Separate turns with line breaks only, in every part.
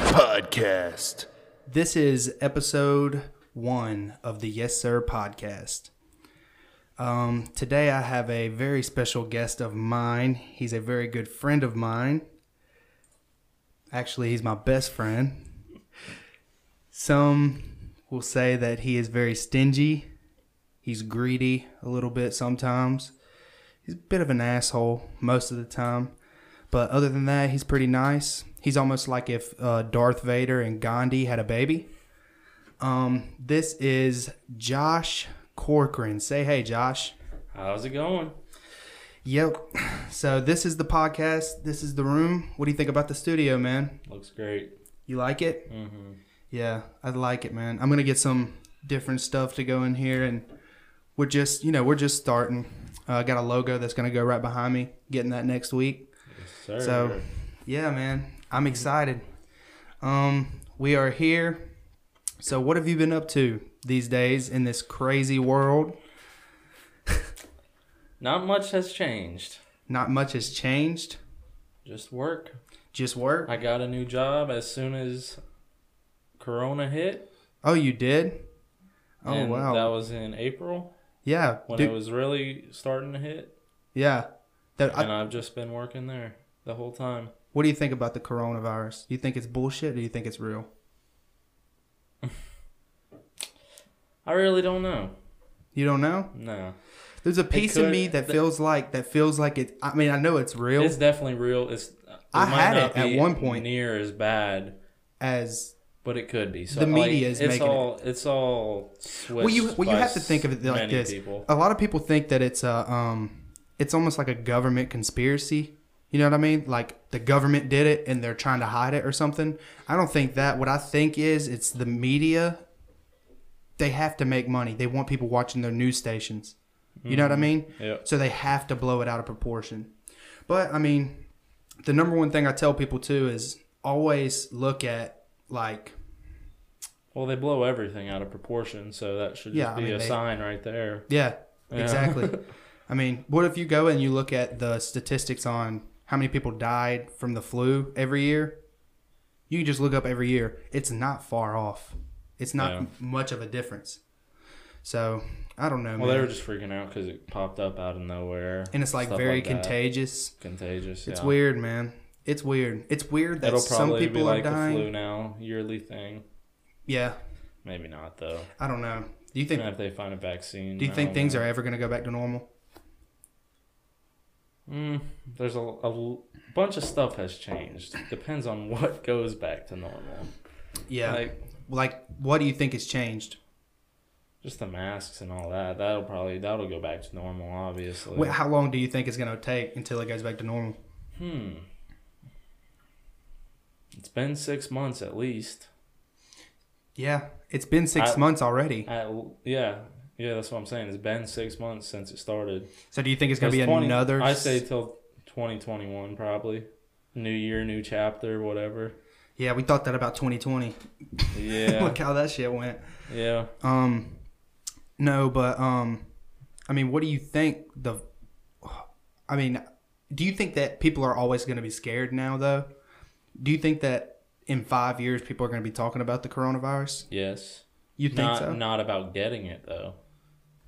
Podcast.
This is episode one of the Yes Sir podcast. Um, today I have a very special guest of mine. He's a very good friend of mine. Actually, he's my best friend. Some will say that he is very stingy. He's greedy a little bit sometimes. He's a bit of an asshole most of the time. But other than that, he's pretty nice. He's almost like if uh, Darth Vader and Gandhi had a baby. Um, this is Josh Corcoran. Say hey, Josh.
How's it going?
Yep. So this is the podcast. This is the room. What do you think about the studio, man?
Looks great.
You like it?
Mm-hmm.
Yeah, I like it, man. I'm gonna get some different stuff to go in here, and we're just, you know, we're just starting. Uh, I got a logo that's gonna go right behind me. Getting that next week.
Yes, sir.
So, yeah, man, I'm excited. Um, we are here. So, what have you been up to these days in this crazy world?
not much has changed.
Not much has changed.
Just work.
Just work.
I got a new job as soon as Corona hit.
Oh, you did. Oh
and
wow.
That was in April
yeah.
when
dude-
it was really starting to hit,
yeah. That, I-
and I've just been working there the whole time.
what do you think about the coronavirus? Do you think it's bullshit? Or do you think it's real?
I really don't know.
You don't know.
No,
There's a piece of
could-
me that
th-
feels like that feels like it. I mean, I know it's real
it's definitely real. It's it
I
might
had
not
it at
be
one point.
Near as bad,
as
but it could be. So
The
like,
media is
it's
making it-
all it's all switched.
well you well you
by
have to think of it like
many
this
People.
a lot of people think that it's a um it's almost like a government conspiracy you know what i mean like the government did it and they're trying to hide it or something i don't think that what i think is it's the media they have to make money they want people watching their news stations you know what i mean
Mm-hmm. Yep.
so they have to blow it out of proportion but i mean the number one thing i tell people too is always look at like
Well, they blow everything out of proportion, so that should just
Yeah, I
be
mean,
a
they-
sign right there.
Yeah,
Yeah.
exactly. I mean, what if you go and you look at the statistics on how many people died from the flu every year? You can just look up every year. It's not far off. It's not
Yeah.
m- much of a difference. So I don't know,
Well,
man.
they were just freaking out because it popped up out of nowhere,
and it's like
stuff
very
that.
contagious.
Contagious.
It's
yeah.
weird, man. It's weird. It's weird that
It'll
some
probably
people
be
are
like
dying.
the flu now, yearly thing.
Yeah,
Maybe not though.
I don't know. Do you think?
Even if they find a vaccine.
Do you
I
think
don't
things
know.
are ever going to go back to normal?
Mm, there's a, a l- bunch of stuff has changed. Depends on what goes back to normal.
Yeah. Like,
Like
what do you think has changed?
just the masks and all that. That'll probably that'll go back to normal, obviously.
Wh- How long do you think it's going to take until it goes back to normal?
Hmm. It's been six months at least.
Yeah, it's been six
I-
months already.
At, yeah, yeah, that's what I'm saying. It's been six months since it started.
So do you think it's gonna be
20
another?
I
s-
say till 2021 probably. New year, new chapter, whatever.
Yeah, we thought that about 2020.
Yeah,
Look how that shit went.
yeah.
Um, no, but um, I mean, what do you think the? I mean, do you think that people are always gonna be scared now though? Do you think that in five years people are gonna be talking about the coronavirus?
Yes.
You think
Not
so? Hmm.
not about getting it though.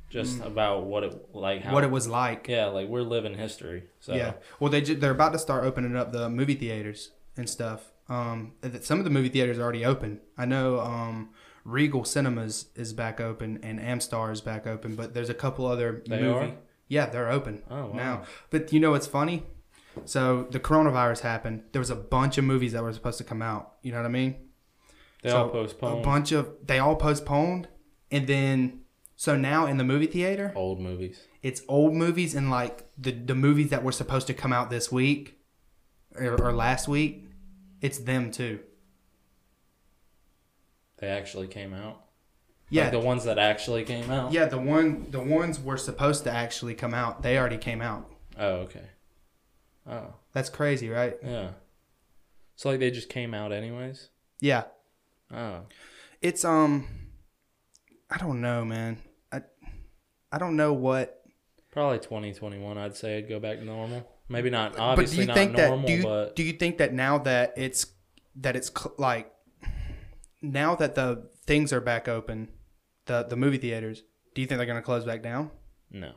Just about what it like how
What it was like?
Yeah, like we're living history. So
Yeah. Well, they ju- they're about to start opening up the movie theaters and stuff. Um, th- some of the movie theaters are already open. I know um, Regal Cinemas is back open and Amstar is back open, but there's a couple other
They
movie.
are?
Yeah, they're open
Oh, wow.
now. But you know what's funny? So the coronavirus happened. There was a bunch of movies that were supposed to come out. You know what I mean?
they
So,
all postponed
A bunch of they all postponed, and then so now in the movie theater,
old movies.
it's old movies and like the the movies that were supposed to come out this week or, or last week. It's them too.
They actually came out.
Yeah,
Like the ones that actually came out.
yeah. The one the ones were supposed to actually come out. They already came out.
Oh, okay. Oh,
That's crazy, right?
yeah. So like they just came out anyways.
Yeah.
Oh,
It's um. I don't know, man. I I don't know what
probably 2021. I'd say it'd go back to normal. Maybe not.
but do
Obviously
you think
not normal,
that do you,
but
do you think that now that it's that it's cl- like now that the things are back open, the the movie theaters, do you think they're going to close back down?
No.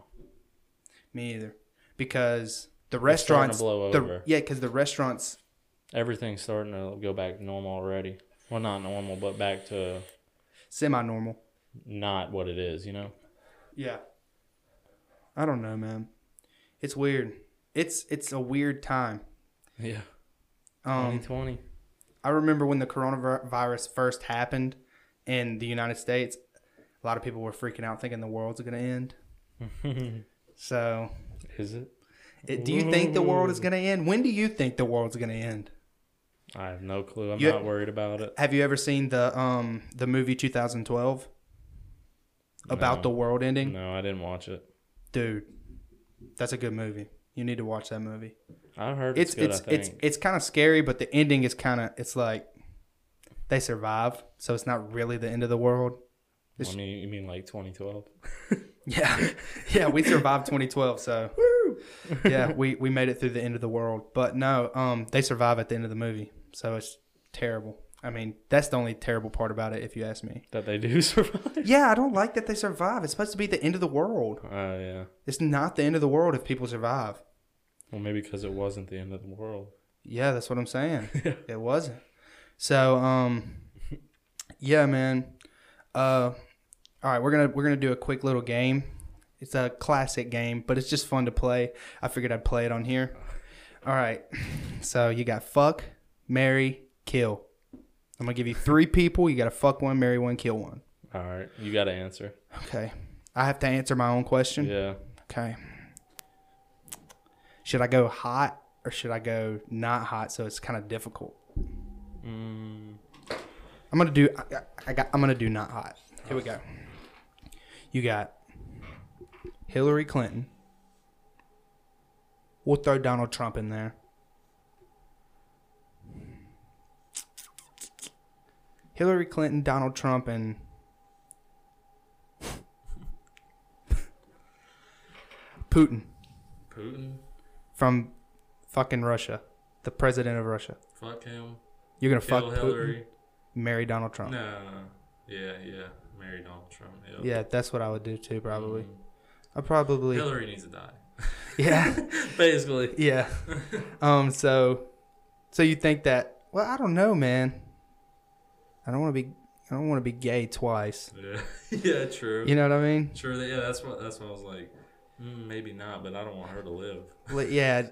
Me either, because the
It's starting
restaurants,
to blow
the,
over.
yeah, because the restaurants,
Everything's starting to go back to normal already. Well, not normal, but back to
semi-normal.
not what it is, you know?
Yeah. I don't know, man. It's weird. It's it's a weird time.
Yeah.
Um,
2020.
I remember when the coronavirus first happened in the United States, a lot of people were freaking out, thinking the world's going to end. So,
is it?
it, do you think the world is going to end? When do you think the world's going to end?
I have no clue. I'm
You-
not worried about it.
Have you ever seen the um the movie 2012 about
No.
the world ending?
No, I didn't watch it.
Dude, that's a good movie. You need to watch that movie.
I heard it's,
It's
good,
it's
I think.
it's it's kind of scary, but the ending is kind of it's like they survive, so it's not really the end of the world. it's-
I mean, you mean like 2012?
Yeah, yeah, we survived 2012, so yeah, we we made it through the end of the world. But no, um, they survive at the end of the movie, so it's terrible. I mean, that's the only terrible part about it, if you ask me.
That they do survive?
Yeah, I don't like that they survive. It's supposed to be the end of the world.
Oh, yeah.
It's not the end of the world if people survive.
Well, maybe because it wasn't the end of the world.
Yeah, that's what I'm saying. it wasn't. So, um, yeah, man. Uh, all right, we're gonna we're gonna do a quick little game. It's a classic game, but it's just fun to play. I figured I'd play it on here. All right. So you got fuck, marry, kill. I'm gonna give you three people. You gotta fuck one, marry one, kill one.
All right. You got to answer.
Okay. I have to answer my own question.
Yeah.
Okay. Should I go hot or should I go not hot? So it's kind of difficult.
Mm,
I'm gonna do. I, I got. I'm gonna do not hot. Here we go. You got Hillary Clinton. We'll throw Donald Trump in there. Hillary Clinton, Donald Trump, and Putin
Putin?
from fucking Russia, the president of Russia.
Fuck him.
You're gonna
Kill
fuck Putin, Oh.
Hillary.
marry Donald Trump.
No. Yeah, yeah. Marry Donald Trump. Hell.
Yeah, that's what I would do too, probably.
Mm.
I probably
Hillary needs to die.
yeah,
Basically.
yeah. Um, so, so you think that? Well, I don't know, man. I don't want to be. I don't want to be gay twice.
Yeah. yeah. True.
You know what I mean?
True. that- Yeah. That's what. That's what I was like. Mm, maybe not, but I don't want her to live.
Li- yeah,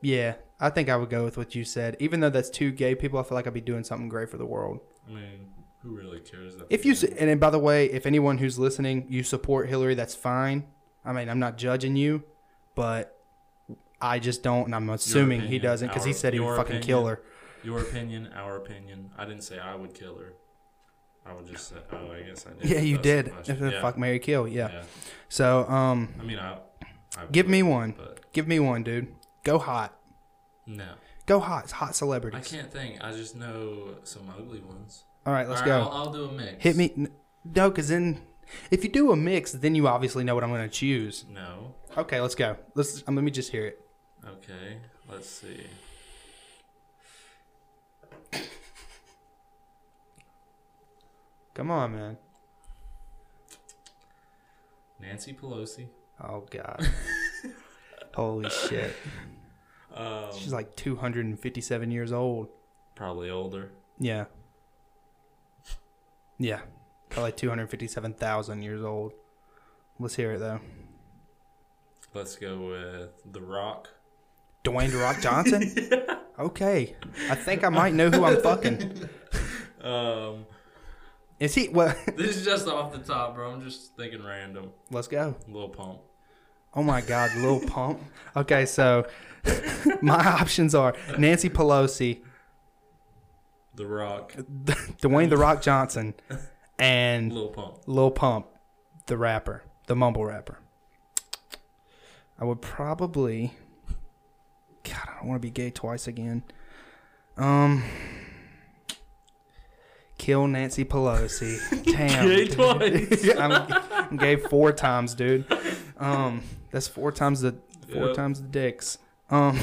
yeah. I think I would go with what you said. Even though that's two gay people, I feel like I'd be doing something great for the world.
I mean, who really cares? That
If you s- and, and by the way, if anyone who's listening, you support Hillary, that's fine. I mean, I'm not judging you, but I just don't, and I'm assuming he
opinion,
doesn't because he
our-
said he would
your
fucking kill
opinion.
her.
Your opinion, our opinion. I didn't say I would kill her. I would just say. Oh, I guess I did.
Yeah, you
That's the
did.
question.
If the
Yeah,
Fuck Mary Kill, yeah.
yeah.
So, um,
I mean, I. I
Give me
would,
one.
But
give me one, dude. Go hot.
no,
Go hot. It's hot
I
celebrities.
can't think. I just know some ugly ones.
All right, let's
All
go.
right, I'll, I'll do a mix.
Hit me. n- No, because then if you do a mix, then you obviously know what I'm going to choose.
No.
Okay, let's go. Let's um, let me just hear it.
Okay. Let's see.
Come on, man.
Nancy Pelosi.
Oh God. Holy shit.
Um,
She's like 257 years old.
probably older.
Yeah. Yeah. Probably 257,000 years old. Let's hear it though.
Let's go with The Rock.
Dwayne "The Rock Johnson? Okay. I think I might know who I'm fucking.
Um,
Is he? Well,
this is just off the top, bro. I'm just thinking random.
let's go.
Little Pump.
Oh my God, Lil Pump. Okay, so my options are Nancy Pelosi,
The Rock.
Dwayne The Rock Johnson, and
Little Pump.
Lil Pump, the rapper, the mumble rapper. I would probably. God, I don't want to be gay twice again. Um. Kill Nancy Pelosi. Damn.
Gay
dude.
twice.
I'm, I'm gay four times, dude. Um, that's four times the four
Yep.
times the dicks. Um,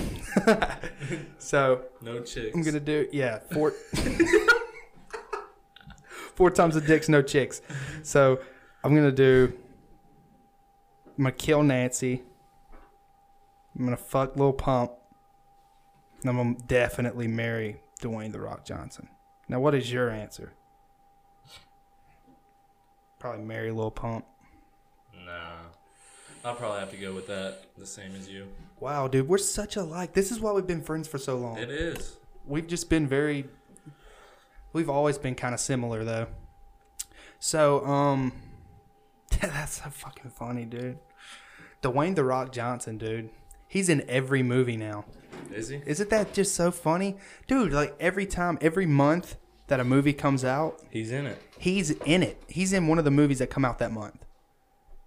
so
No chicks.
I'm gonna do yeah four four times the dicks, no chicks. So I'm gonna do. I'm gonna kill Nancy. I'm gonna fuck Lil Pump. And I'm gonna definitely marry Dwayne the Rock Johnson. Now, what is your answer? Probably marry Lil Pump.
Nah. I'll probably have to go with that the same as you.
Wow, dude, we're such alike. This is why we've been friends for so long.
It is.
we've just been very we've always been kind of similar though so um that's so fucking funny dude dwayne the rock johnson dude he's in every movie now
Is he?
isn't that just so funny dude like every time every month that a movie comes out
He's in it.
he's in it he's in one of the movies that come out that month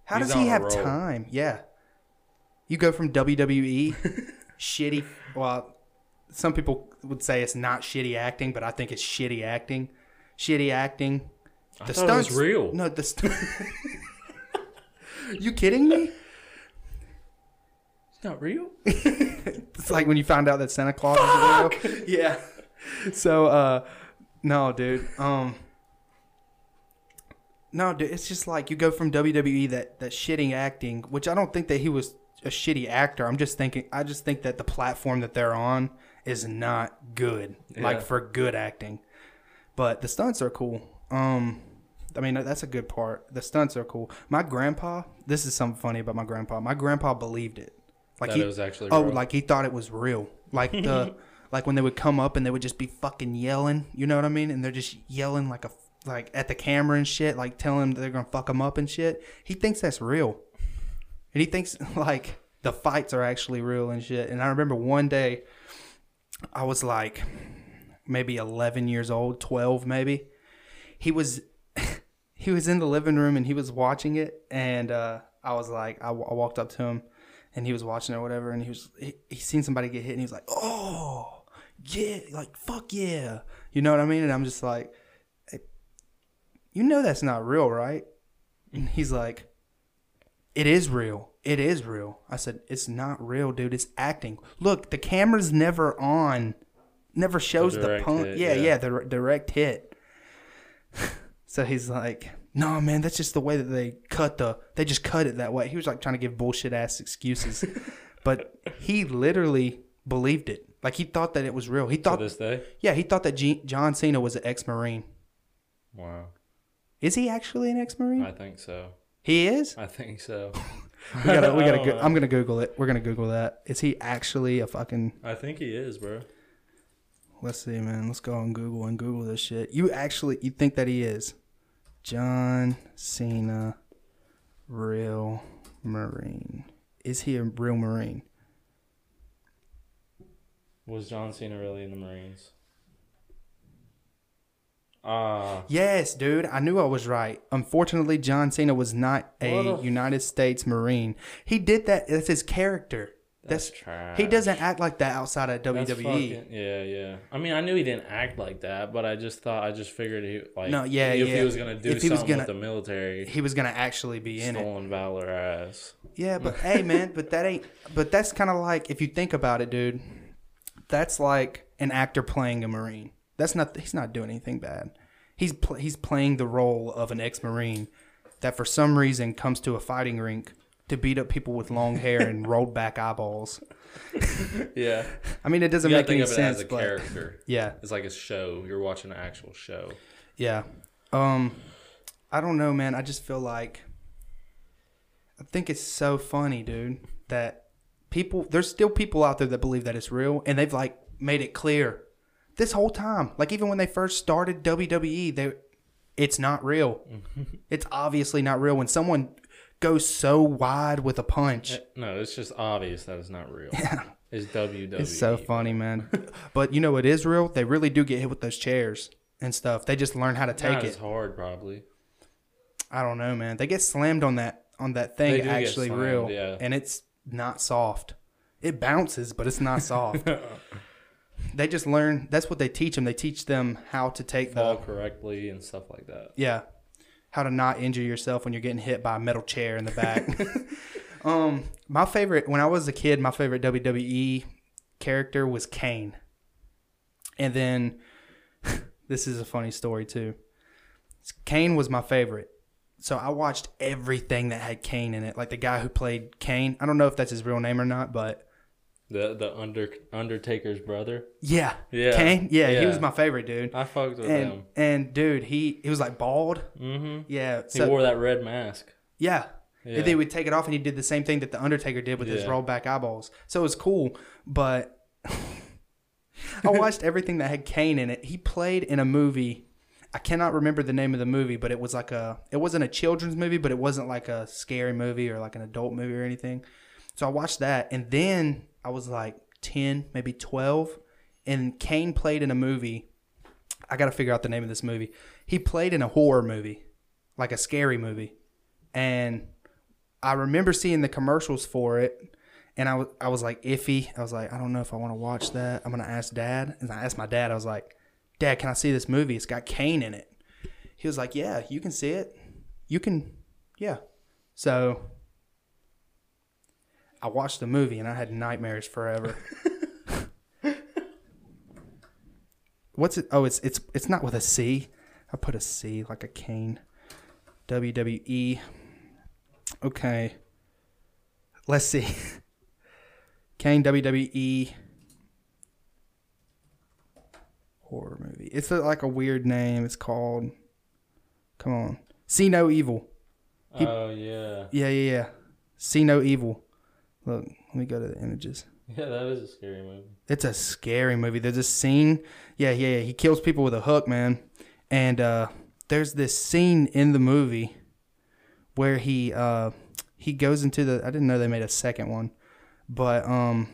how
He's
does he
on a
have
roll.
time yeah you go from wwe shitty well some people would say it's not shitty acting but i think it's shitty acting shitty acting
I thought it was real.
no the st- you kidding me
It's not real.
It's like when you found out that Santa Claus is real. Yeah. So uh no, dude. Um No, dude, it's just like you go from WWE that that shitty acting, which I don't think that he was a shitty actor. I'm just thinking I just think that the platform that they're on is not good.
Yeah.
Like for good acting. But the stunts are cool. Um I mean that's a good part. The stunts are cool. My grandpa, this is something funny about my grandpa. My grandpa believed it. Like
that
he,
it was actually
Oh,
real.
like he thought it was real. Like the like when they would come up and they would just be fucking yelling, you know what I mean? And they're just yelling like a like at the camera and shit, like telling him they're gonna fuck him up and shit. He thinks that's real, and he thinks like the fights are actually real and shit. And I remember one day, I was like maybe eleven years old, twelve maybe. He was he was in the living room and he was watching it and uh, i was like I, w- I walked up to him and he was watching it or whatever and he was he, he seen somebody get hit and he was like oh yeah like fuck yeah you know what i mean and i'm just like "Hey, you know that's not real right and he's like it is real it is real i said it's not real dude it's acting look the camera's never on never shows the,
direct
punk
hit,
yeah
yeah.
yeah the r- direct hit so he's like, "No, man, that's just the way that they cut the. They just cut it that way." He was like trying to give bullshit ass excuses, but he literally believed it. Like he thought that it was real. He
to
thought,
this day.
yeah, he thought that G- John Cena was an ex-marine.
Wow.
Is he actually an ex-marine?
I think so.
He is.
I think so.
We gotta. We
I
gotta.
don't
Go-
know.
I'm gonna Google it. We're gonna Google that. Is he actually a fucking?
I think he is, bro.
Let's see, man. Let's go on Google and Google this shit. You actually you think that he is John Cena, real Marine? Is he a real Marine?
Was John Cena really in the Marines? Ah,
Yes, dude. I knew I was right. Unfortunately, John Cena was not a
What a-
United States Marine. He did that. That's his character.
that's,
That's,
trash.
he doesn't act like that outside of E.
That's
WWE.
fucking- yeah, yeah. I mean, I knew he didn't act like that, but I just thought I just figured he like
No, yeah,
if
yeah.
he was gonna do
If he
something
was
with the
gonna-
military,
He was gonna actually be in it.
stolen valor ass.
Yeah, but hey, man, but that ain't. But that's kind of like if you think about it, dude. That's like an actor playing a marine. That's not. He's not doing anything bad. He's pl- he's playing the role of an ex-marine that for some reason comes to a fighting rink to beat up people with long hair and rolled back eyeballs.
Yeah,
I mean, it doesn't
you gotta
make any
think of it
sense.
as a
but
character.
yeah,
It's like a show. You're watching an actual show.
Yeah. Um I don't know, man. I just feel like I think it's so funny, dude, that people there's still people out there that believe that it's real and they've like made it clear this whole time. Like even when they first started WWE, they it's not real. it's obviously not real when someone goes so wide with a punch.
No, it's just obvious that it's not real. It's E. WWE.
It's so funny, man. but you know it is real. They really do get hit with those chairs and stuff. They just learn how to take
Not
it.
as hard, probably.
I don't know, man. They get slammed on that on that
They
thing
do get
actually
slammed,
real,
yeah.
and it's not soft. It bounces, but it's not soft. they just learn. That's what they teach them. They teach them how to take
Fall
the
correctly and stuff like that.
yeah, how to not injure yourself when you're getting hit by a metal chair in the back. Um, my favorite when I was a kid, my favorite WWE character was Kane. And then this is a funny story too. Kane was my favorite. So I watched everything that had Kane in it. Like the guy who played Kane. I don't know if that's his real name or not, but
The the under Undertaker's brother.
yeah.
Yeah.
Kane? Yeah, he
Yeah.
was my favorite dude.
I fucked with
And
him.
and dude, he he was like bald.
Mm-hmm.
Yeah.
He
So
wore that red mask.
yeah.
Yeah.
And they would take it off, and he did the same thing that the Undertaker did with his
Yeah.
rolled back eyeballs. So it was cool, but I watched everything that had Kane in it. He played in a movie. I cannot remember the name of the movie, but it was like a. It wasn't a children's movie, but it wasn't like a scary movie or like an adult movie or anything. So I watched that, and then I was like ten, maybe twelve, and Kane played in a movie. I got to figure out the name of this movie. He played in a horror movie, like a scary movie, and I remember seeing the commercials for it, and I wa- I was like iffy. I was like, I don't know if I want to watch that. I'm gonna ask dad, and I asked my dad. I was like, Dad, can I see this movie? It's got Kane in it. He was like, Yeah, you can see it. You can, yeah. So I watched the movie, and I had nightmares forever. What's it? Oh, it's it's it's not with a C. I put a C like a cane. WWE. Okay. Let's see. Kane E. WWE horror movie. It's a, like a weird name. It's called. Come on, see no evil. he-
oh yeah,
Yeah, yeah, yeah. See no evil. Look, let me go to the images.
yeah. That is a scary movie.
It's a scary movie. There's a scene. Yeah, yeah, yeah. He kills people with a hook, man. And uh, there's this scene in the movie where he uh, he goes into the. I didn't know they made a second one, but um,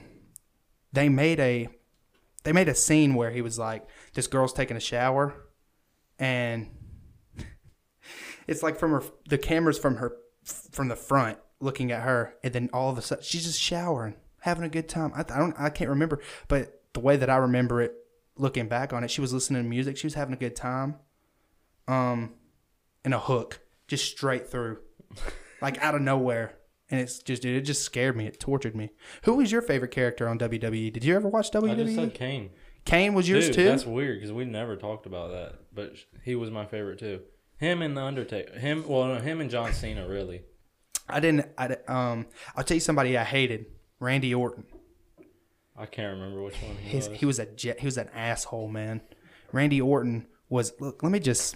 they made a they made a scene where he was like, this girl's taking a shower, and it's like from her the camera's from her from the front looking at her and then all of a sudden she's just showering having a good time I, I don't i can't remember but the way that i remember it looking back on it she was listening to music she was having a good time um and a hook just straight through like out of nowhere and it's just dude it just scared me it tortured me who was your favorite character on wwe did you ever watch E?
I just
wwe
said Kane.
kane was yours
Dude,
too
that's weird because we never talked about that, but sh- he was my favorite too. Him and the Undertaker. Him, well, no, him and John Cena really.
i didn't i di- um i'll tell you somebody i hated randy orton
I can't remember which one he
His,
was.
he was a jet, he was an asshole, man. Randy Orton was look. Let me just.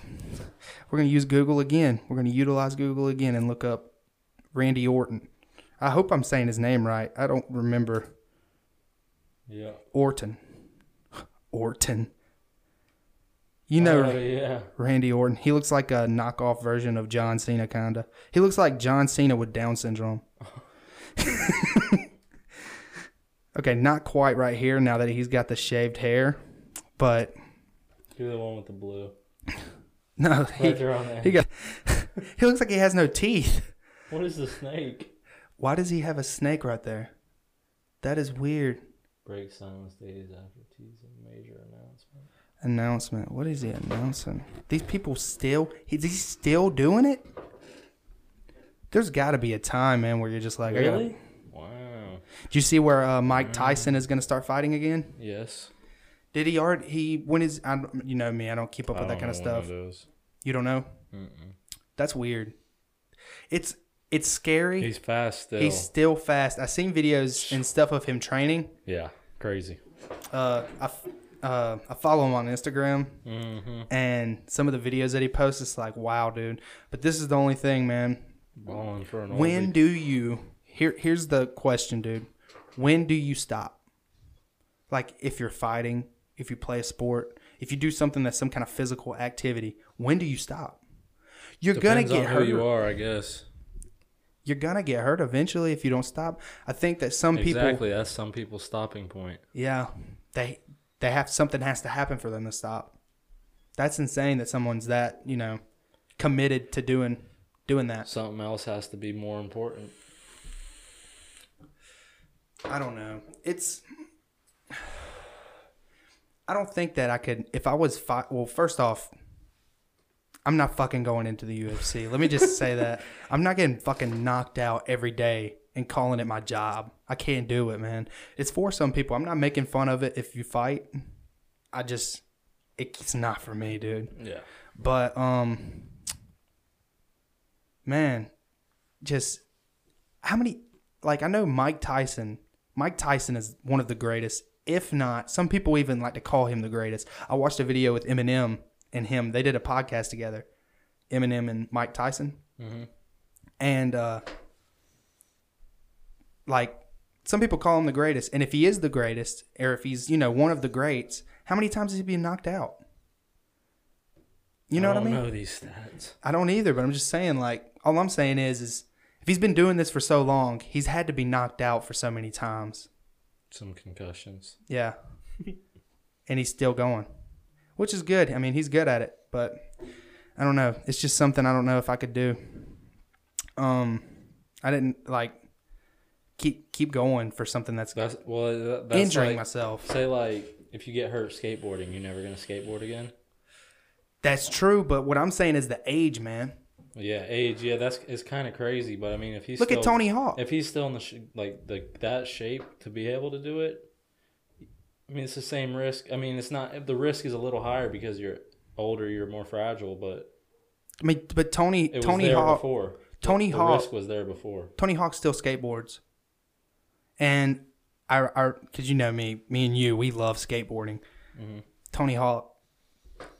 We're gonna use Google again. We're gonna utilize Google again and look up Randy Orton. I hope I'm saying his name right. I don't remember
yeah.
Orton. Orton. You know
Oh, yeah.
Randy Orton. He looks like a knockoff version of John Cena, kinda. He looks like John Cena with Down syndrome. okay, not quite right here now that he's got the shaved hair, but
You're the one with the blue.
No,
Glad
he,
you're on there.
he got. he looks like he has no teeth.
what is the snake?
Why does he have a snake right there? That is weird.
Break silence days after teasing major announcement.
Announcement. What is he announcing? These people still. He, is he still doing it? There's got to be a time, man, where you're just like, I gotta-
Really? Wow.
Do you see where uh, Mike Tyson is going to start fighting again?
Yes.
Did he already? He when is? I, don't- you know me. I don't keep up with that kind of stuff. You don't know.
Mm-mm.
That's weird. It's it's scary.
He's fast still.
He's still fast. I've seen videos and stuff of him training.
yeah. Crazy.
Uh, I, f- uh, I follow him on Instagram,
Mm-hmm.
and some of the videos that he posts, it's like, wow, dude. But this is the only thing, man.
Balling for an
When
when
do you? Here, here's the question, dude. When do you stop? Like, if you're fighting, if you play a sport, if you do something that's some kind of physical activity, when do you stop? You're
Depends
gonna get
on
hurt.
who you are, I guess.
You're gonna get hurt eventually if you don't stop. I think that some people
Exactly. That's some people's stopping point.
Yeah, they they have something has to happen for them to stop. That's insane that someone's that you know committed to doing doing that.
Something else has to be more important.
I don't know. It's I don't think that I could if I was fi- well. First off, I'm not fucking going into the UFC. Let me just say that I'm not getting fucking knocked out every day and calling it my job. I can't do it, man. It's for some people. I'm not making fun of it if you fight. I just it's not for me, dude.
Yeah.
But um man, just how many like I know Mike Tyson. Mike Tyson is one of the greatest, if not some people even like to call him the greatest. I watched a video with Eminem and him. They did a podcast together. Eminem and Mike Tyson.
Mm-hmm.
And uh like some people call him the greatest. And if he is the greatest, or if he's, you know, one of the greats, how many times has he been knocked out? You know
I
what I
don't
mean?
know these stats.
I don't either, but I'm just saying, like, all I'm saying is, is if he's been doing this for so long, he's had to be knocked out for so many times.
Some concussions.
Yeah. and he's still going, which is good. I mean, he's good at it, but I don't know. It's just something I don't know if I could do. Um, I didn't like keep keep going for something that's
That's well. that- That's
injuring
like,
myself.
Say like if you get hurt skateboarding, you're never gonna skateboard again.
That's true, but what I'm saying is the age, man.
Yeah, age. Yeah, that's it's kind of crazy. But I mean, if he's
Look
still,
at Tony Hawk.
if he's still in the sh- like the that shape to be able to do it, I mean, it's the same risk. I mean, it's not the risk is a little higher because you're older, you're more fragile, but
I mean, but Tony
it was
Tony
there
Hawk
before.
Tony
the,
Hawk-
the risk was there before.
Tony Hawk still skateboards, and I, I, cause you know me, me and you, we love skateboarding. Tony Hawk.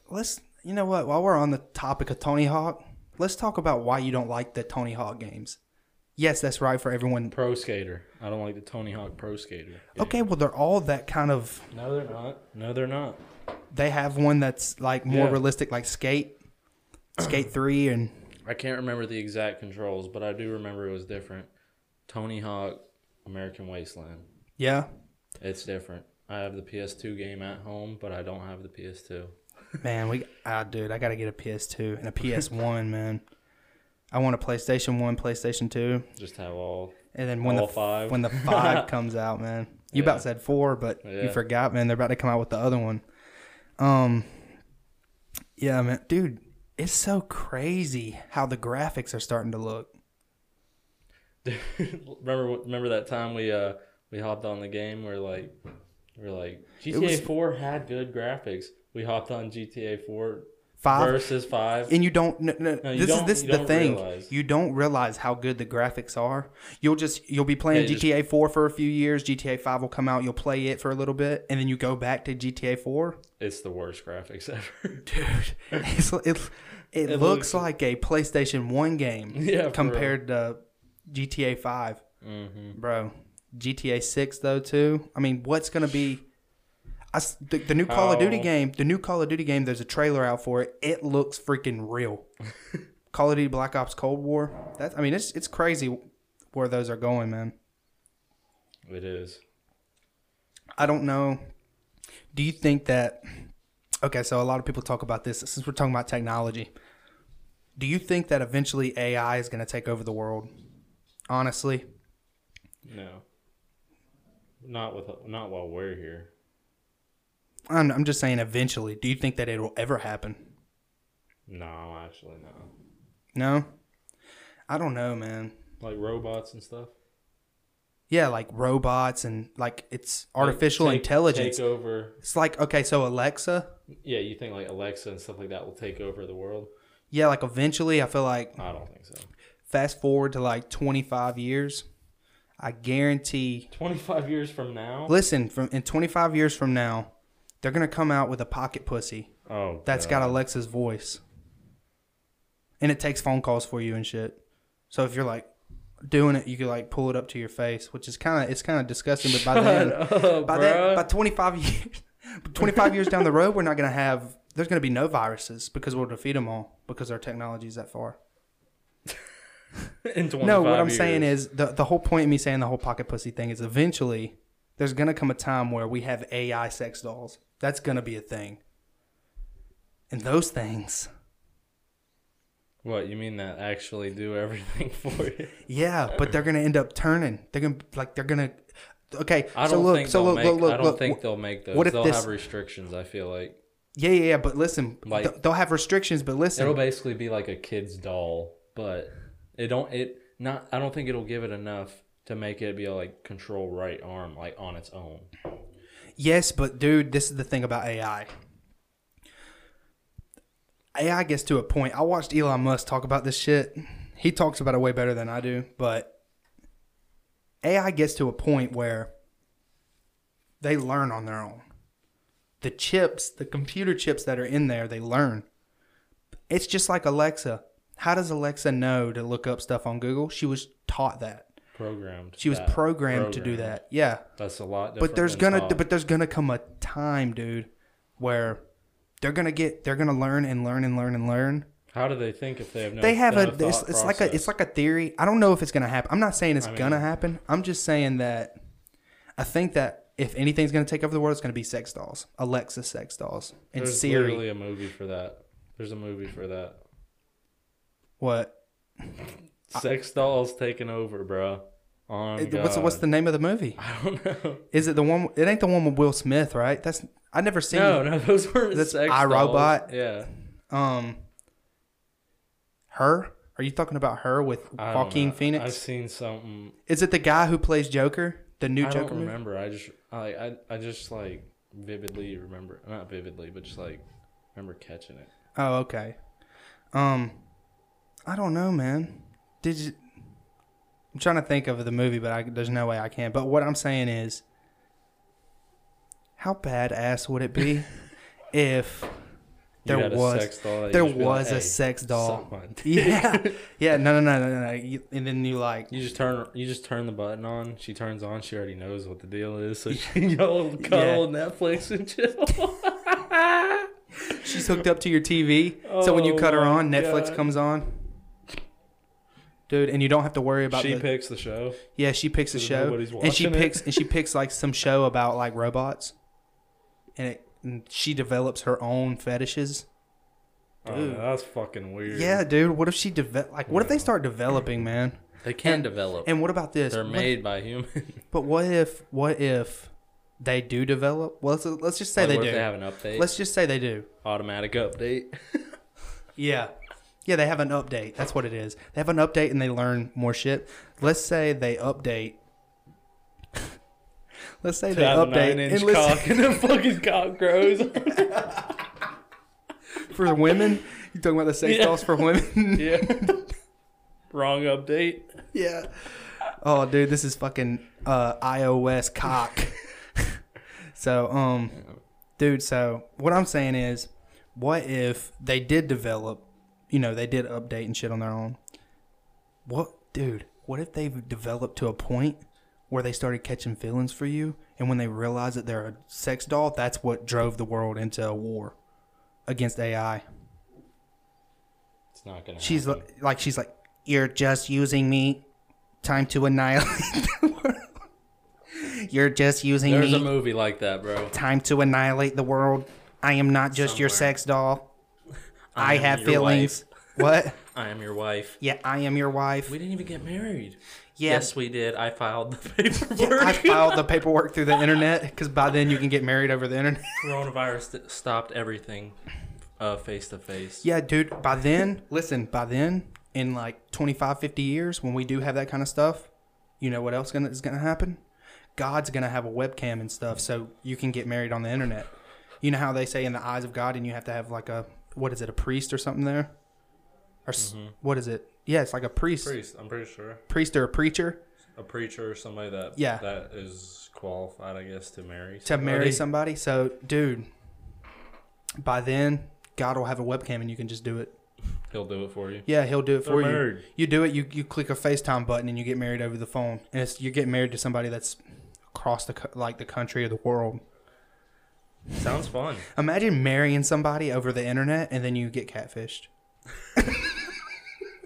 Let's, you know what? While we're on the topic of Tony Hawk, let's talk about why you don't like the Tony Hawk games. Yes, that's right for everyone.
Pro skater. I don't like the Tony Hawk pro skater.
Okay, well they're all that kind of.
No, they're not. No, they're not.
They have one that's like more
Yeah.
realistic, like Skate, Skate Three, and
I can't remember the exact controls, but I do remember it was different. Tony Hawk, American Wasteland.
yeah,
It's different. I have the PS2 game at home, but I don't have the PS2.
man, we ah, dude, I gotta get a PS2 and a PS1, man. I want a PlayStation One, PlayStation Two.
Just have all.
And then when
All
the
five.
when the five comes out, man, you
Yeah.
about said four, but you
Yeah.
forgot, man. They're about to come out with the other one. Um, yeah, man, dude, it's so crazy how the graphics are starting to look.
remember, remember that time we uh we hopped on the game where like we are like GTA
was-
4 had good graphics. We hopped on GTA 4
Five,
versus 5.
and you don't. No, no,
No, you
this
don't-
is this is
you
the
don't
thing.
realize.
You don't realize how good the graphics are. You'll just you'll be
Yeah,
playing
you just-
GTA Four for a few years. GTA Five will come out. You'll play it for a little bit, and then you go back to GTA Four.
It's the worst graphics ever.
dude. It's, it, it, looks,
looks-
like a PlayStation One game
Yeah, for
compared to GTA Five,
mm-hmm.
bro. GTA Six though too. I mean, what's gonna be? I s the, the new Call of Duty
How-
game. The new Call of Duty game. There's a trailer out for it. It looks freaking real. Call of Duty Black Ops Cold War. That's. I mean, it's it's crazy where those are going, man.
It is.
I don't know. Do you think that? Okay, so a lot of people talk about this since we're talking about technology. Do you think that eventually AI is going to take over the world? Honestly,
No. Not with not while we're here.
I'm, I'm just saying eventually. Do you think that it'll ever happen?
No, actually no.
No, I don't know, man.
Like robots and stuff.
Yeah, like robots and like it's
Like,
artificial
take-
intelligence.
Take over.
It's like okay, so Alexa.
Yeah, you think like Alexa and stuff like that will take over the world?
Yeah, like eventually, I feel like
I don't think so.
fast forward to like 25 years, I guarantee
Twenty five years from now.
Listen, from in 25 years from now, they're gonna come out with a pocket pussy
Oh,
that's got Alexa's voice, and it takes phone calls for you and shit. So if you're like doing it, you could like pull it up to your face, which is kind of it's kind of disgusting. But by then,
Oh,
by that, by 25 years, 25 years down the road, we're not gonna have. There's gonna be no viruses because we'll defeat them all because our technology is that far.
in 25
No, what I'm
years.
saying is the the whole point of me saying the whole pocket pussy thing is eventually there's gonna come a time where we have AI sex dolls. That's gonna be a thing. And those things,
what you mean that actually do everything for you?
yeah, but they're gonna end up turning. They're gonna like they're gonna. Okay,
I don't
so look,
think
so
they'll
look,
make.
look, look,
I don't
look.
think they'll make those.
what if
they'll
this-
have restrictions. I feel like
yeah, yeah, yeah. But listen,
Like-
th- they'll have restrictions. But listen,
it'll basically be like a kid's doll, but it don't. It not. I don't think it'll give it enough to make it be able to, like control right arm like on its own.
Yes, but dude, this is the thing about AI. AI gets to a point. I watched Elon Musk talk about this shit. He talks about it way better than I do, but AI gets to a point where they learn on their own. The chips, the computer chips that are in there, they learn. It's just like Alexa. How does Alexa know to look up stuff on Google? She was taught that.
Programmed.
She was
that.
programmed to do
Programmed.
that. Yeah
That's a lot.
but
different
there's
than
gonna
thought.
but there's gonna come a time, dude, where they're gonna get they're gonna learn and learn and learn and learn.
How do they think if they have no?
they have
no
a it's,
thought
it's like a it's
process?
like a theory. I don't know if it's gonna happen. I'm not saying it's
I mean-
gonna happen. I'm just saying that I think that if anything's gonna take over the world, it's gonna be sex dolls, Alexa sex dolls, and
There's
Siri.
literally a movie for that. There's a movie for that.
What?
Sex dolls taking over, bro. On
It- what's what's the name of the movie?
I don't know.
Is it the one? It ain't the one with Will Smith, right? That's I never seen.
No, no, those weren't
That's
sex
I,
dolls.
Robot.
Yeah,
Um. Her? Are you talking about her with
I don't
Joaquin
know.
Phoenix?
I've seen something.
Is it the guy who plays Joker? The new
I
Joker
don't
movie?
remember. I just I, I I just like vividly remember, not vividly, but just like remember catching it.
Oh, okay. Um, I don't know, man. Did you? I'm trying to think of the movie, but I, there's no way I can. But what I'm saying is, how badass would it be if
You
there
had a
was
sex doll that you
there
just be like,
was
"Hey,
a sex doll?
suck my dick."
Yeah, yeah. No, no, no, no, no. You, and then you like
You just turn you just turn the button on. She turns on. She already knows what the deal is. So she, y'all cuddle Netflix and chill.
she's hooked up to your TV, so when you
Oh
cut her
my
on, Netflix
God.
comes on. Dude, and you don't have to worry about
she
the,
picks the show.
Yeah, she picks a
So
show,
nobody's
and she
watching it?
picks and she picks like some show about like robots, and, it, and she develops her own fetishes.
Oh,
Dude.
that's fucking weird.
Yeah, dude. What if she develop? Like, what if they start developing, man?
they can
and-
develop.
And what about this?
They're
What-
made by humans.
but what if? What if they do develop? Well, let's, let's just say
Like,
they
what
do.
If they have an update.
let's just say they do.
automatic update.
Yeah. Yeah, they have an update. That's what it is. They have an update and they learn more shit. Let's say they update. Let's say they
They have a
update
nine-inch
and let's-
cock, and the fucking cock grows.
for women. You talking about the sex
Yeah.
dolls for women?
yeah. Wrong update.
yeah. Oh, dude, this is fucking uh, iOS cock. so, um, dude, so what I'm saying is, what if they did develop? You know, they did update and shit on their own. What, dude? What if they've developed to a point where they started catching feelings for you, and when they realize that they're a sex doll, that's what drove the world into a war against AI.
It's not gonna.
She's
happen.
like, like she's like, you're just using me. Time to annihilate the world. You're just using
There's
me.
a movie like that, bro.
Time to annihilate the world. I am not just your
Somewhere.
sex doll. I,
am
have
your
feelings. what?
I am your wife.
Yeah, I am your wife.
We didn't even get married.
yes.
we did. I filed the paperwork.
I filed the paperwork through the internet because by then you can get married over the internet.
Coronavirus st- stopped everything uh, face to face.
Yeah, dude, by then, listen, by then, in like 25, 50 years, when we do have that kind of stuff, you know what else gonna, is going to happen? God's going to have a webcam and stuff so you can get married on the internet. You know how they say in the eyes of God and you have to have like a, what is it, a priest or something there? Or s what is it? Yeah, it's like a priest, priest,
Priest, I'm pretty sure.
or a preacher
A preacher or somebody that
Yeah.
that is qualified, I guess, to marry.
to marry
somebody.
somebody. So, dude, by then, God will have a webcam and you can just do it.
He'll do it for you.
Yeah, he'll do it for
They're
you.
married.
You do it. You you click a FaceTime button and you get married over the phone, and it's, you get married to somebody that's across the co- like the country or the world.
Sounds fun.
Imagine marrying somebody over the internet and then you get catfished,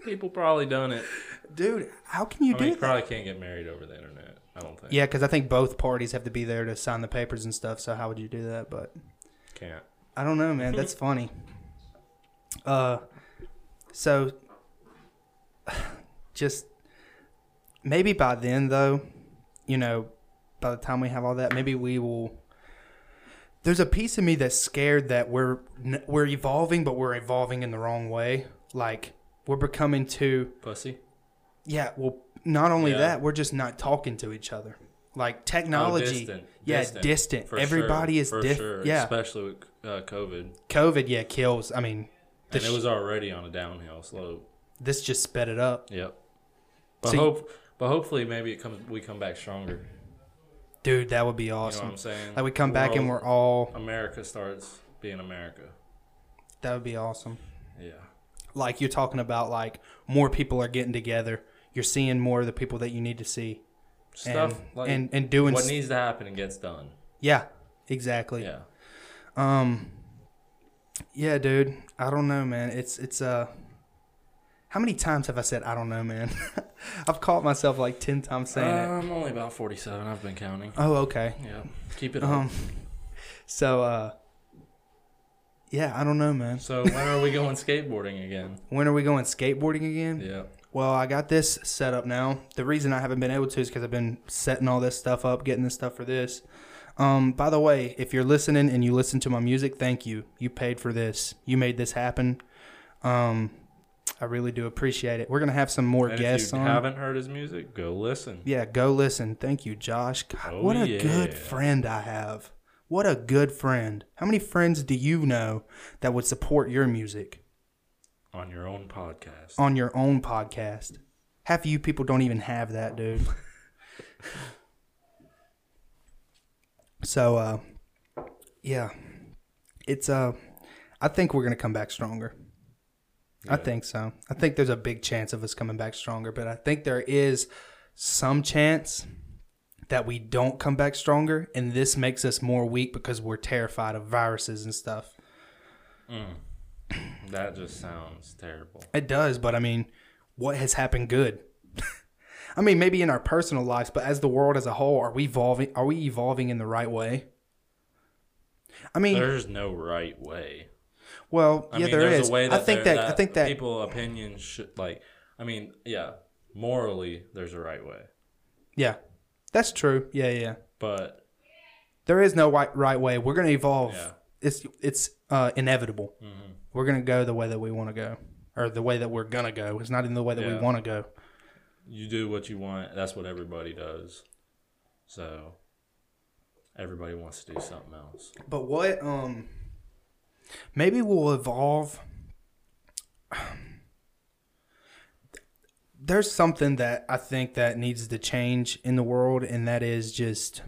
People probably done it.
dude. How can you
I
do
mean, you
that?
probably can't get married over the internet. I don't think.
Yeah, because I think both parties have to be there to sign the papers and stuff. So how would you do that? But
Can't.
I don't know, man. That's funny. Uh, so just maybe by then, though, you know, by the time we have all that, maybe we will. There's a piece of me that's scared that we're n- we're evolving, but we're evolving in the wrong way. Like we're becoming too.
Oh,
Pussy.
Yeah, well, not only
Yeah.
that, we're just not talking to each other. Like technology,
distant,
yeah,
distant,
distant.
For
Everybody
sure,
is
for
different.
sure,
Yeah,
especially with uh, COVID,
COVID, yeah, kills. I mean, the
and it was already on a downhill slope.
this just sped it up,
Yep. But
So you-
hope, but hopefully, maybe it comes. We come back stronger.
dude. That would be
You know
awesome.
what I'm saying?
like we come back and
World-
we're all.
America starts being America.
That would be awesome.
Yeah,
Like you're talking about, like more people are getting together. You're seeing more of the people that you need to see,
stuff
and
like
and, and doing.
what
s-
needs to happen gets done.
yeah, exactly.
Yeah,
Um Yeah, dude. I don't know, man. It's it's uh how many times have I said I don't know, man? I've caught myself like ten times saying it.
Uh,
I'm only about 47. I've been counting.
Oh, okay.
Yeah, keep it up.
Um so uh yeah, I don't know, man.
So when are we going skateboarding again?
When are we going skateboarding again?
Yeah.
Well, I got this set up now. The reason I haven't been able to is because I've been setting all this stuff up, getting this stuff for this. Um, by the way, if you're listening and you listen to my music, thank you. You paid for this. You made this happen. Um, I really do appreciate it. We're gonna have some more
And if
guests
you
on.
haven't heard his music, go listen.
Yeah, go listen. Thank you, Josh. God,
Oh,
what a
yeah.
good friend I have. What a good friend. How many friends do you know that would support your music
on your own podcast.
on your own podcast? Half of you people don't even have that, dude. so, uh, yeah, it's uh, I think we're gonna come back stronger. I
Yeah.
think so. I think there's a big chance of us coming back stronger, but I think there is some chance that we don't come back stronger, and this makes us more weak because we're terrified of viruses and stuff.
That just sounds terrible.
It does, but I mean, what has happened good? I mean, maybe in our personal lives, but as the world as a whole, are we evolving? Are we evolving in the right way? I mean,
There's no right way.
well,
I
yeah,
mean,
there
there's
is.
a way that
I think
there-
that, I think that
people opinions should like. I mean, yeah, morally, there's a right way,
yeah, that's true. Yeah, yeah.
but
There is no right, right way. We're gonna evolve.
Yeah.
It's it's uh, inevitable.
mhm,
We're gonna go the way that we want to go, or the way that we're gonna go. It's not even the way that
Yeah.
we want to go.
you do what you want. That's what everybody does. So everybody wants to do something else.
But what? Um, maybe we'll evolve. There's something that I think that needs to change in the world, and that is just.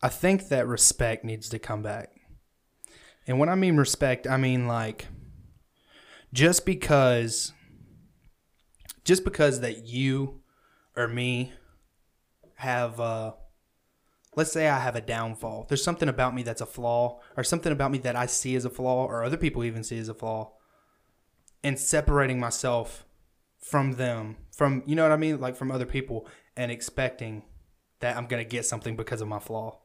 I think that respect needs to come back. And when I mean respect, I mean like just because just because that you or me have uh let's say I have a downfall. There's something about me that's a flaw or something about me that I see as a flaw or other people even see as a flaw and separating myself from them from you know what I mean like from other people and expecting that I'm going to get something because of my flaw.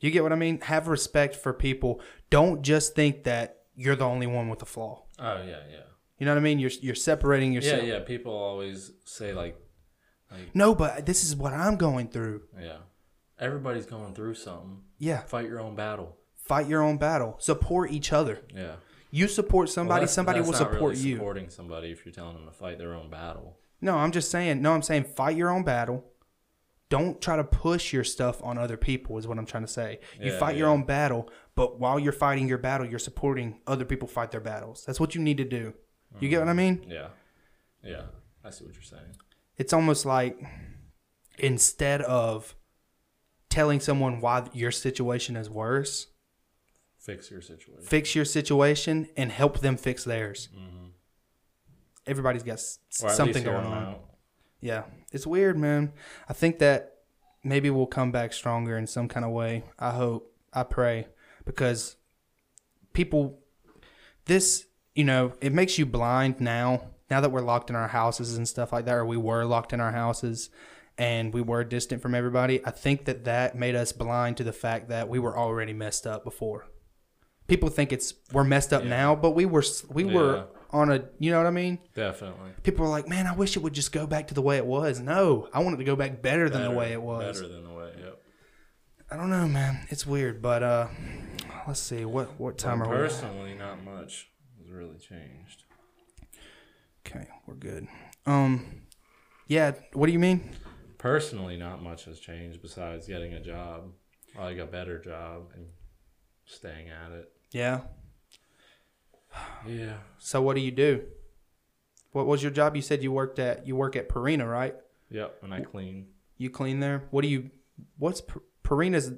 You get what I mean? Have respect for people. Don't just think that you're the only one with a flaw.
Oh yeah, yeah,
You know what I mean? You're you're separating
yeah,
yourself.
yeah. People always say like,
No, but this is what I'm going through.
yeah, everybody's going through something.
Yeah,
Fight your own battle.
fight your own battle. Support each other.
Yeah.
You support somebody,
Well, that's-
somebody
that's
will
not
support
really
you.
Supporting somebody if you're telling them to fight their own battle.
No, I'm just saying. No, I'm saying fight your own battle. Don't try to push your stuff on other people. Is what I'm trying to say. You
Yeah,
fight your
yeah.
own battle, but while you're fighting your battle, you're supporting other people fight their battles. That's what you need to do. You get what I
Mm-hmm.
mean?
Yeah, yeah. I see what you're saying.
it's almost like instead of telling someone why your situation is worse,
Fix your situation.
fix your situation and help them fix theirs. Everybody's got s-
Mm-hmm. Or at
something
least hear
going
them
on.
out.
Yeah, it's weird, man. I think that maybe we'll come back stronger in some kind of way. I hope, I pray, because people, this, you know, it makes you blind now. Now that we're locked in our houses and stuff like that, or we were locked in our houses and we were distant from everybody, I think that that made us blind to the fact that we were already messed up before. People think it's we're messed up
Yeah.
now, but we were s- we
Yeah.
were on a you know what I mean
Definitely.
people are like, man, I wish it would just go back to the way it was. No, I want it to go back better than the way it was.
Better than the way. Yep.
I don't know, man. It's weird, but uh, let's see what what time are we?
Personally, not much has really changed.
Okay, we're good. Um, Yeah. What do you mean?
Personally, not much has changed besides getting a job, like a better job, and staying at it.
Yeah.
Yeah.
So what do you do? What was your job? You said you worked at you work at Purina, right?
Yep. And I clean.
You clean there. What do you? What's Pur- Purina's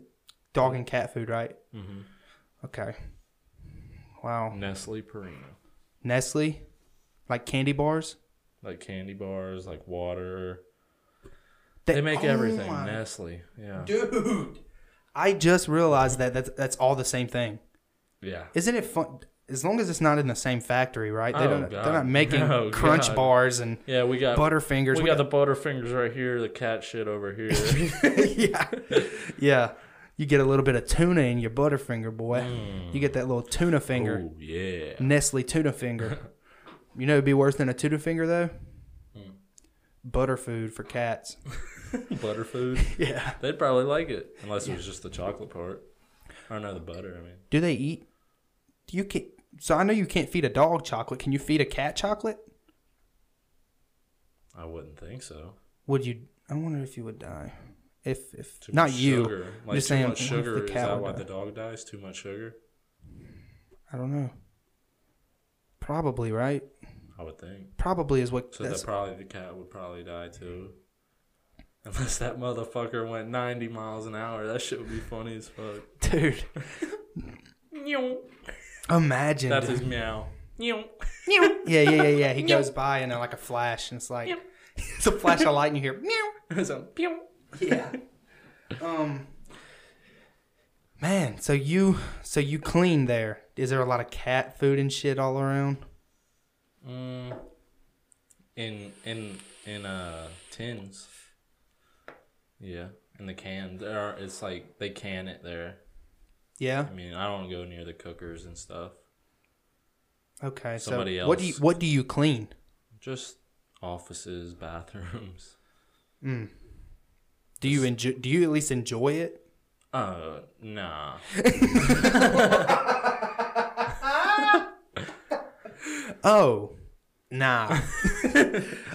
dog and cat food, right?
Mm-hmm.
Okay. Wow.
Nestle Purina,
Nestle, like candy bars.
like candy bars, like water. They, make
oh
everything
my-
Nestle. Yeah.
Dude, I just realized that that's that's all the same thing.
Yeah.
Isn't it fun? As long as it's not in the same factory, right? They
Oh,
don't.
God.
They're not making
Oh,
crunch
God.
bars and
Yeah. We got
butterfingers.
We got the butterfingers right here. The cat shit over here.
yeah, yeah. You get a little bit of tuna in your butterfinger, boy.
Mm.
You get that little tuna finger,
Oh yeah.
Nestle tuna finger. you know, it'd be worse than a tuna finger though.
Hmm.
Butter food for cats.
Butterfood.
Yeah.
They'd probably like it unless it was just the chocolate part. Or no, the butter. I mean,
Do they eat? You can. not So I know you can't feed a dog chocolate. Can you feed a cat chocolate?
I wouldn't think so.
Would you? I wonder if you would die. If if
Too
not
much
you.
Sugar. Like
just
too
saying,
much
what if the
sugar. Is
cat
that
would
why
die?
the dog dies? Too much sugar.
I don't know. Probably right.
I would think.
Probably is what.
So
that's,
that probably the cat would probably die too. Unless that motherfucker went 90 miles an hour, that shit would be funny as fuck.
dude,
Meow.
imagine.
That's
dude.
his meow. Meow.
yeah, yeah, yeah, yeah. He goes by and then like a flash, and it's like it's a flash of light, and you hear meow.
So, meow.
Yeah. Um. Man, so you so you clean there? Is there a lot of cat food and shit all around?
Mm, in in in uh tins. Yeah, in the can. There are. It's like they can it there.
Yeah.
I mean, I don't go near the cookers and stuff.
Okay. So
Somebody
what do you
else.
what do you clean?
Just offices, bathrooms.
Mm. Do you enjoy? Do you at least enjoy it?
Oh nah.
Oh, nah.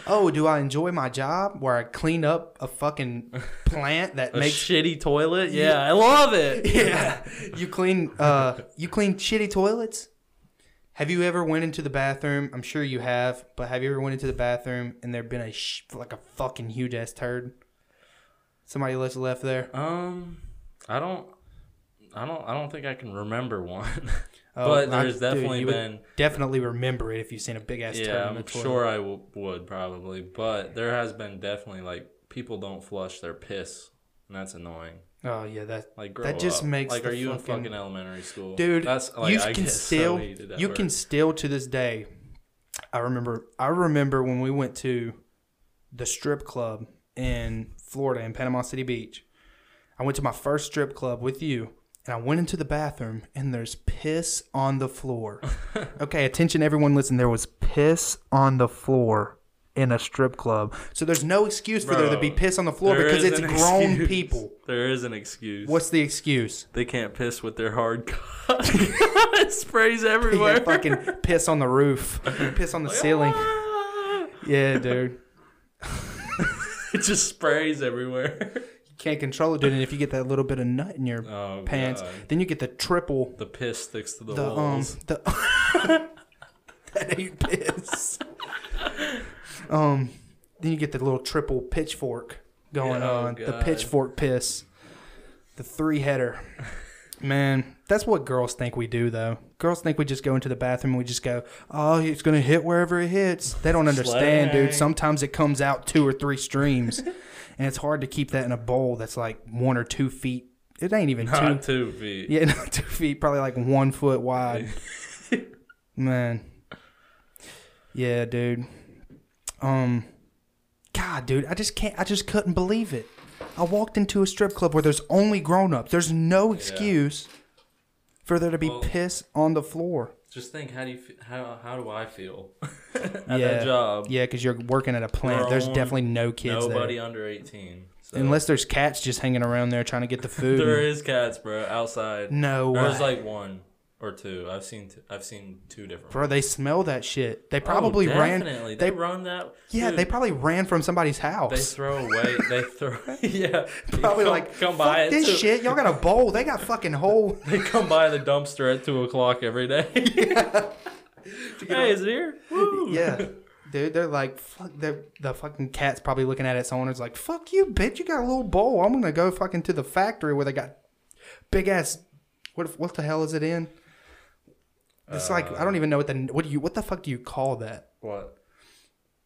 oh, do I enjoy my job where I clean up a fucking plant that
A
makes
shitty toilet. Yeah, I love it.
yeah. You clean uh you clean shitty toilets? Have you ever went into the bathroom? I'm sure you have, but have you ever went into the bathroom and there been a sh- like a fucking huge ass turd? Somebody left left there.
Um, I don't. I don't. I don't think I can remember one.
Oh,
but
I-
there's
dude,
definitely
you would
been.
definitely remember it if you've seen a big ass turd
Yeah,
in the
I'm
toilet.
sure I w- would probably, but there has been definitely like people don't flush their piss, and that's annoying.
Oh yeah, that
Like grow
That just
up.
makes
like
the
are you
fucking-
in fucking elementary school,
dude
That's like
you
I
can
get
still
so heated at
you
work.
can still to this day i remember i remember when we went to the strip club in florida in panama city beach i went to my first strip club with you and i went into the bathroom and there's piss on the floor okay attention everyone listen there was piss on the floor in a strip club so there's no excuse for there to
Bro,
be piss on the floor
There
because
is
it's
an
grown
excuse.
people
There is an excuse.
what's the excuse
they can't piss with their hard cock. it sprays everywhere.
Yeah, fucking piss on the roof, piss on the ceiling.
Ah!
Yeah, dude.
it just sprays everywhere.
You can't control it, dude. And if you get that little bit of nut in your
Oh,
pants,
God.
then you get the triple
The piss sticks to the,
the um
walls.
the that ain't piss. um, then you get the little triple pitchfork going
Yeah, oh,
on. The
God.
pitchfork piss, the three header. Man, that's what girls think we do, though. Girls think we just go into the bathroom and we just go, oh, it's going to hit wherever it hits. They don't understand, dude.
Slay.
Sometimes it comes out two or three streams, and it's hard to keep that in a bowl that's like one or two feet. It ain't even two.
Not two feet.
Yeah, not two feet, probably like one foot wide. Man. Yeah, dude. Um God, dude, I just can't I just couldn't believe it. I walked into a strip club where there's only grown ups. There's no excuse for there to be
Well-
piss on the floor.
Just think, how do you fe- how how do I feel at
yeah.
that job?
Yeah, because you're working at a plant. There's
Grown,
definitely no kids
Nobody
there.
under eighteen. So.
Unless there's cats just hanging around there trying to get the food.
there is cats, bro, outside.
no
There's
way.
like one or two. I've seen t- I've seen two different.
Bro, they smell that shit. They probably ran.
Oh, Definitely,
They,
they, run that.
yeah,
dude,
they probably ran from somebody's
They
house.
throw away. They throw. Yeah,
probably
come,
like,
come
fuck
by it.
this
too.
shit. Y'all got a bowl. They got fucking hole.
They come by the dumpster at two o'clock every day. hey, is it here? Woo.
yeah, dude, they're like, fuck. They're, the fucking cat's probably looking at its owner's like, fuck you, bitch. You got a little bowl. I'm gonna go fucking to the factory where they got big ass. What what the hell is it in? It's like
Uh,
I don't even know what the what do you what the fuck do you call that?
What?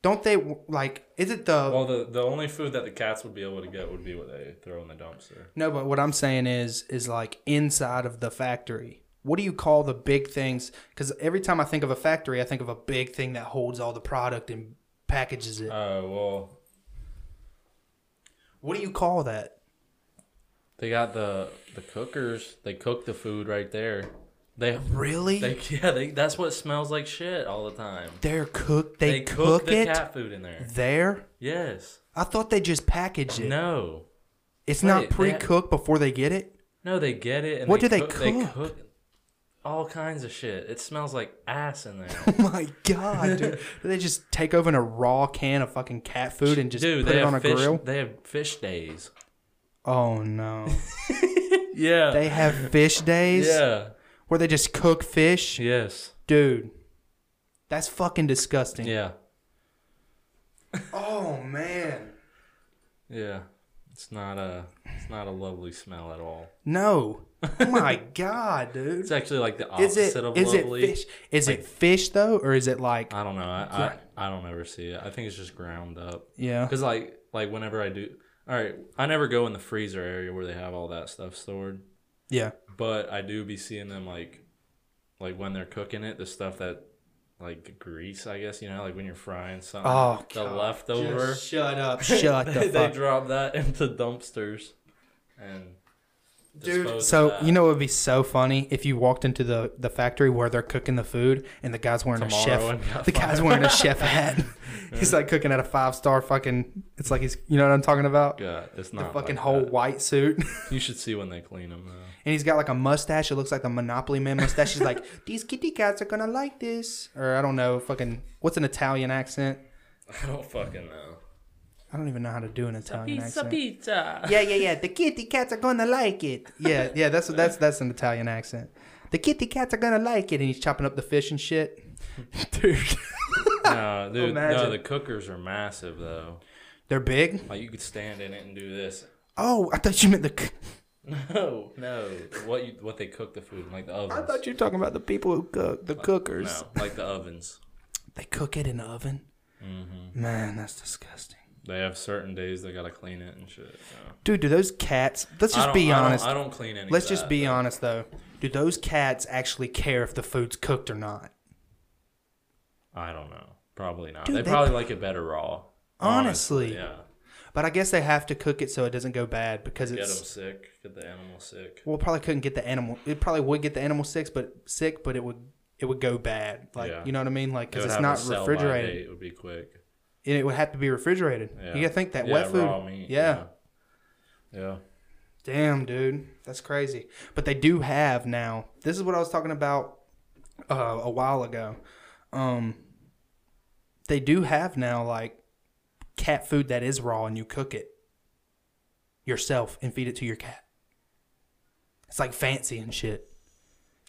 Don't they like? Is it the
Well, the the only food that the cats would be able to get would be what they throw in the dumpster.
No, but what I'm saying is, is like inside of the factory. What do you call the big things? Because every time I think of a factory, I think of a big thing that holds all the product and packages it.
Oh well,
What do you call that?
They got the the cookers. They cook the food right there. They
Really?
they yeah. They that's what smells like shit all the time.
They, are cooked. They,
cook,
cook,
the
it
cat food in there.
there.
Yes.
I thought they just package it.
No.
it's
wait,
not
they-
pre-cooked before they get it.
No, they get it. And
What
they
do they
cook, They
cook?
cook all kinds of shit. It smells like ass in there.
Oh my god, dude! do they just take over in a raw can of fucking cat food and just
Dude,
put
they
it
have
on a
fish.
grill?
They have fish days.
Oh no!
Yeah.
they have fish days
yeah.
where they just cook fish.
Yes.
Dude, that's fucking disgusting.
Yeah.
Oh man.
Yeah. It's not a it's not a lovely smell at all.
No. Oh my god, dude.
It's actually like the
Is
opposite
it
of
is it
lovely. Uh,
fish? Is it fish though, or is it like
I don't know. I, I I don't ever see it. I think it's just ground up.
yeah?
Cause like like whenever I do, all right, I never go in the freezer area where they have all that stuff stored.
Yeah.
But I do be seeing them like, like when they're cooking it, the stuff that, like grease, I guess you know, like when you're frying something,
Oh,
the
God.
leftover,
Just shut up. Shut the
they, they
fuck.
drop that into dumpsters, and
Dude,
dispose of
so
that.
you know what would be so funny if you walked into the, the factory where they're cooking the food and the guy's wearing
Tomorrow
a
and
chef
got
the guy's wearing a chef hat. he's like cooking at a five star fucking it's like he's you know what I'm talking about?
God, it's
the
not
fucking
like
whole
that.
white suit.
You should see when they clean them though.
and he's got like a mustache. It looks like the Monopoly Man mustache. He's like, these kitty cats are gonna like this, or I don't know, fucking what's an Italian accent?
I don't fucking know.
I don't even know how to do an Italian accent.
pizza.
Yeah, yeah, yeah. The kitty cats are gonna like it. Yeah, yeah. That's that's that's an Italian accent. The kitty cats are gonna like it, and he's chopping up the fish and shit. Dude,
No, dude, no.
Imagine.
The cookers are massive though.
they're big.
Like you could stand in it and do this.
Oh, I thought you meant the. c-
No, no. What you what they cook the food in, like the ovens?
I thought you were talking about the people who cook, the cookers.
No, like the ovens.
They cook it in the oven.
Mm-hmm.
Man, that's disgusting.
They have certain days they gotta clean it and shit. so.
Dude, do those cats? Let's
I
just
don't-
be
I don't-
honest.
I don't, clean any.
Let's
of
just
that.
be honest though. Do those cats actually care if the food's cooked or not?
I don't know. Probably not.
Dude,
they,
they-
probably like it better raw.
Honestly.
yeah.
But I guess they have to cook it so it doesn't go bad because
Get them
it's
sick. Get the animal sick.
well probably couldn't get the animal. It probably would get the animal sick, but sick, but it would it would go bad. Like
Yeah.
you know what I mean? Like
It
because
would
it's
have a
not
sell-by
refrigerated.
date, It would be quick.
And it would have to be refrigerated.
Yeah.
You gotta think that
Yeah,
wet food.
raw meat,
yeah.
Yeah. Yeah.
Damn, dude, that's crazy. But they do have now. This is what I was talking about uh, a while ago. Um, they do have now like cat food that is raw and you cook it yourself and feed it to your cat. It's like fancy and shit.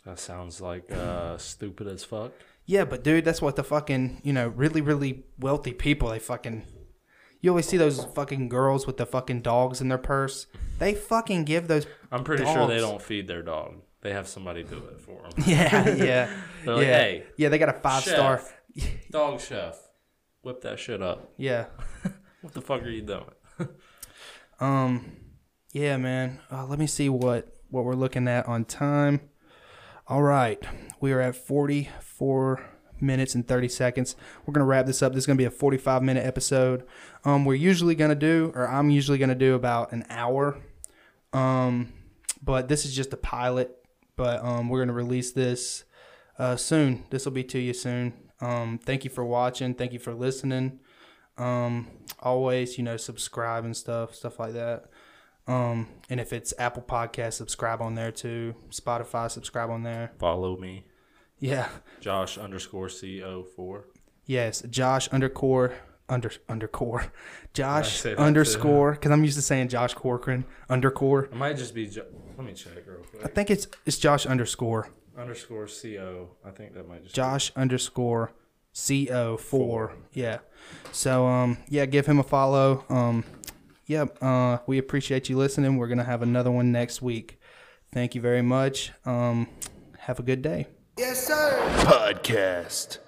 That sounds like uh, stupid as fuck.
Yeah, but dude, that's what the fucking you know really really wealthy people they fucking. You always see those fucking girls with the fucking dogs in their purse. They fucking give those.
I'm pretty sure they
Dogs.
don't feed their dog. They have somebody do it for them.
Yeah, yeah.
They're like,
yeah.
hey,
yeah, they got a five star.
Chef. dog chef, whip that shit up.
Yeah.
What the fuck are you doing?
Um. Yeah, man. Uh, let me see what what we're looking at on time. All right, we are at forty four minutes and thirty seconds. We're gonna wrap this up. This is gonna be a forty five minute episode. Um, we're usually gonna do, or I'm usually gonna do about an hour. Um, but this is just a pilot. But um, we're gonna release this uh, soon. This will be to you soon. Um, thank you for watching. Thank you for listening um always you know subscribe and stuff stuff like that Um, and if it's Apple Podcast, subscribe on there too. Spotify, subscribe on there.
Follow me,
Yeah.
Josh underscore co four.
Yes. Josh undercore under undercore.
say
Josh
that too.
underscore because I'm used to saying Josh Corcoran undercore.
It might just be. Jo- Let me check real
I
quick.
think it's it's Josh underscore
Underscore co. I think that might just. be-
Josh underscore co four. Yeah. So um yeah, give him a follow. Um yeah, uh we appreciate you listening. We're gonna have another one next week. Thank you very much. Um have a good day.
Podcast.